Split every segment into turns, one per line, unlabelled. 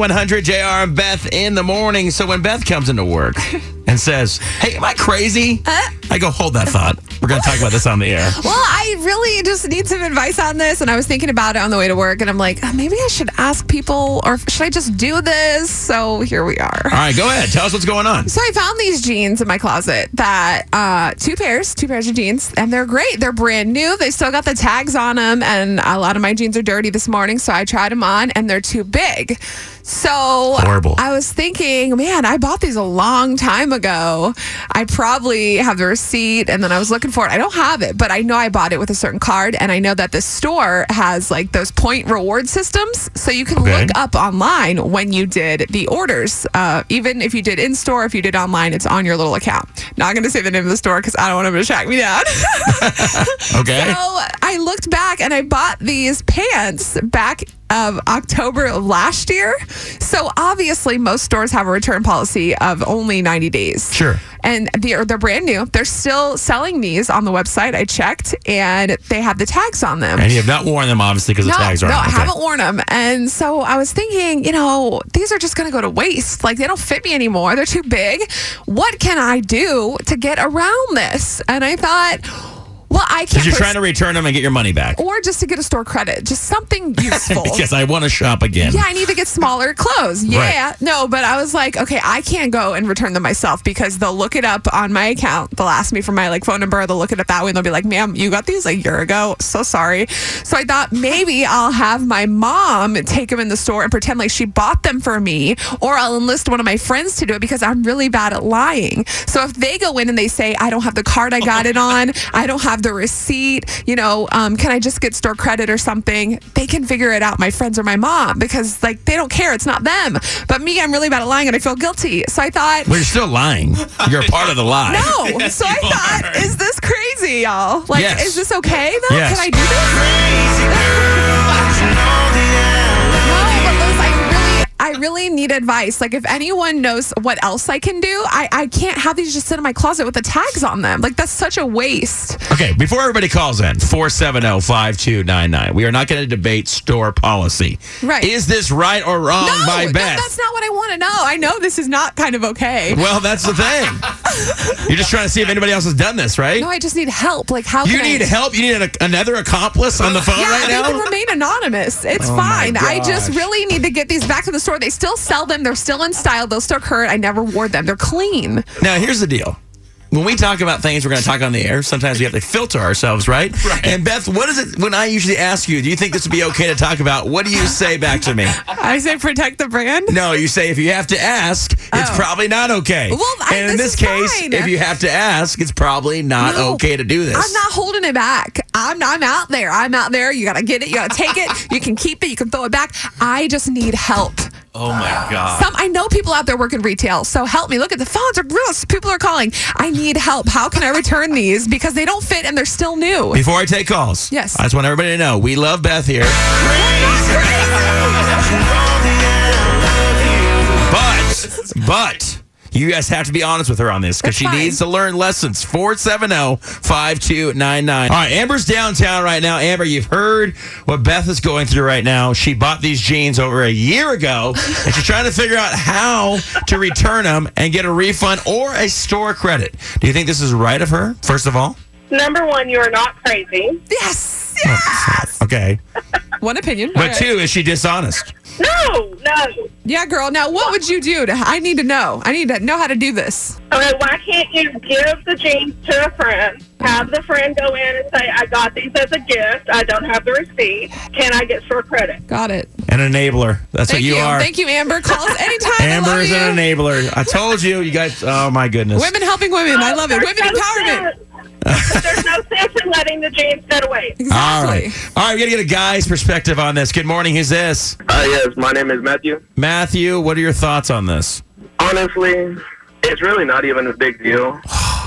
Y100 JR and Beth in the morning. So when Beth comes into work and says, Hey, am I crazy?
Uh.
I go, Hold that thought. We're going to talk about this on the air.
Well, I really just need some advice on this. And I was thinking about it on the way to work, and I'm like, "Oh, maybe I should ask people or should I just do this? So here we are.
All right, go ahead. Tell us what's going on.
So I found these jeans in my closet that uh, two pairs, two pairs of jeans, and they're great. They're brand new. They still got the tags on them, and a lot of my jeans are dirty this morning, so I tried them on, and they're too big. So
Horrible.
I was thinking, man, I bought these a long time ago. I probably have the receipt, and then I was looking for it. I don't have it, but I know I bought it with a certain card, and I know that this store has like those point reward systems, so you can
Okay.
look up online when you did the orders. Uh, even if you did in store, if you did online, it's on your little account. Not going to say the name of the store because I don't want them to track me down.
Okay.
So I looked back and I bought these pants back of October of last year. So obviously, most stores have a return policy of only 90 days.
Sure.
And they're, they're brand new. They're still selling these on the website. I checked and they have the tags on them.
And you have not worn them, obviously, because the tags are
No,
on.
I
Okay.
haven't worn them. And so I was thinking, you know, these are just going to go to waste. Like, they don't fit me anymore. They're too big. What can I do to get around this? And I thought, well, I can't.
Because you're
put-
trying to return them and get your money back.
or just to get a store credit, just something useful.
Because I want to shop again.
Oh. yeah, I need to get smaller clothes. Yeah. No, but I was like, okay, I can't go and return them myself because they'll look it up on my account. They'll ask me for my like phone number. They'll look it up that way and they'll be like, ma'am, you got these a year ago. So sorry. So I thought maybe I'll have my mom take them in the store and pretend like she bought them for me, or I'll enlist one of my friends to do it because I'm really bad at lying. So if they go in and they say, I don't have the card I got it on, I don't have the receipt, you know, um, can I just get store credit or something? They can figure it out, my friends or my mom, because like they don't care. It's not them. But me, I'm really bad at lying and I feel guilty. So I thought,
Well, you're still lying. You're a part of the lie.
no. so I
you
thought,
are.
is this crazy, y'all? Like,
Yes.
is this okay though?
Yes.
Can I do this? No, but Liz, I really, I really need advice. Like, if anyone knows what else I can do, I, I can't have these just sit in my closet with the tags on them. Like, that's such a waste.
Okay, before everybody calls in, oh, 470 5299, we are not going to debate store policy.
Right.
Is this right or wrong
No,
by
that-
Beth?
that's not what I want to know. I know this is not kind of okay.
Well, that's the thing. You're just trying to see if anybody else has done this, right?
No, I just need help. Like, how
you
can
need
I-
help. You need an, another accomplice on the phone
Yeah,
right
they can
now. Oh
remain anonymous. It's fine. I just
gosh.
really need to get these back to the store. They still sell them. They're still in style. They'll still current. I never wore them. They're clean.
Now, here's the deal. When we talk about things we're going to talk on the air, sometimes we have to filter ourselves, right? Right. And Beth, what is it when I usually ask you, do you think this would be okay to talk about? What do you say back to me?
I say protect the brand.
No, you say if you have to ask, it's
Oh.
probably not okay.
Well, I-
and in
this
this
is
case,
fine.
if you have to ask, it's probably not
No.
okay to do this.
I'm not holding it back. I'm I'm out there. I'm out there. You gotta get it. You gotta take it. You can keep it. You can throw it back. I just need help.
oh my god.
Some I know people out there working retail, so help me. Look at the phones are real. People are calling. I need help. How can I return these because they don't fit and they're still new?
Before I take calls,
Yes.
I just want everybody to know we love Beth here. But, but you guys have to be honest with her on this because
That's
she
fine.
needs to learn lessons. oh, 470 5299. All right, Amber's downtown right now. Amber, you've heard what Beth is going through right now. She bought these jeans over a year ago and she's trying to figure out how to return them and get a refund or a store credit. Do you think this is right of her, first of all?
Number one, you are not crazy.
Yes. Yes.
Okay.
One opinion. All
But
right.
two, is she dishonest?
No, no.
Yeah, girl. Now, what would you do? To, I need to know. I need to know how to do this.
Okay, why can't you give the jeans to a friend? Have the friend go in and say, I got these as a gift. I don't have the receipt. Can I get store credit?
Got it.
An enabler. That's
Thank
what you, are.
Thank you, Amber. Call us anytime. I
Amber
love
is
you.
an enabler. I told you, you guys. Oh my goodness.
Women helping women. I love it. Women empowerment.
empowerment. There's no sense in letting the jeans get away.
All
Exactly.
right, all right. We gotta get a guy's perspective on this. Good morning. Who's this?
Uh, yes, my name is Matthew.
Matthew. What are your thoughts on this?
Honestly, it's really not even a big deal.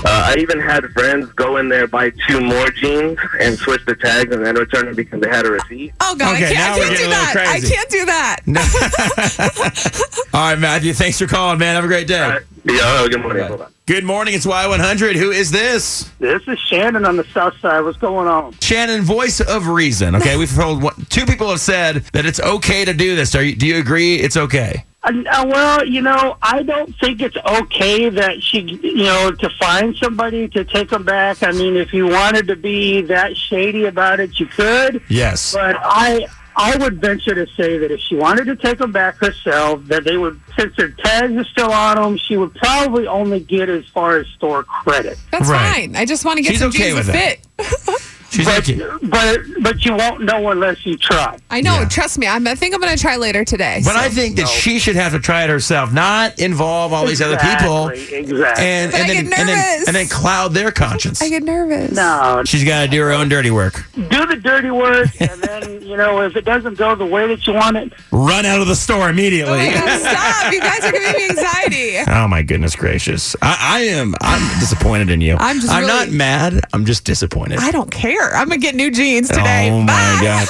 Uh, I even had friends go in there, buy two more jeans, and switch the tags, and then return them because they had a receipt.
Oh god,
Okay, now
I can't, I
we're
can't
getting a
do
little
that.
crazy.
I can't do that.
all right, Matthew. Thanks for calling, man. Have a great day.
Yeah, oh, good morning.
Bye.
Bye-bye.
Good morning. It's Y100. Who is this?
This is Shannon on the south side. What's going on?
Shannon, voice of reason. Okay, we've told one, two people have said that it's okay to do this. Are you, do you agree? It's okay.
Uh, uh, well, you know, I don't think it's okay that she, you know, to find somebody to take them back. I mean, if you wanted to be that shady about it, you could.
Yes.
But I, I would venture to say that if she wanted to take them back herself, that they would, since their tags are still on them, she would probably only get as far as store credit.
That's
Right.
fine. I just want to get
She's
some
okay
jeans
with
that fit.
She's
But,
okay.
but, but you won't know unless you try.
I know.
Yeah.
Trust me. I'm, I think I'm going to try later today.
But
so.
I think that she should have to try it herself, not involve all these other people
Exactly, Exactly.
and,
But
and,
I
then,
get
and, then,
nervous.
and then cloud their conscience.
I get nervous.
no,
She's got to do her own dirty work.
do the dirty work, and then you know if it doesn't go the way that you want it,
Run out of the store
Oh
immediately.
my God, stop. You guys are giving me anxiety.
Oh my goodness gracious! I, I am. I'm disappointed in you.
I'm just
I'm
really-
not mad. I'm just disappointed.
I don't care. I'm going to get new jeans today.
Oh
Bye.
my god.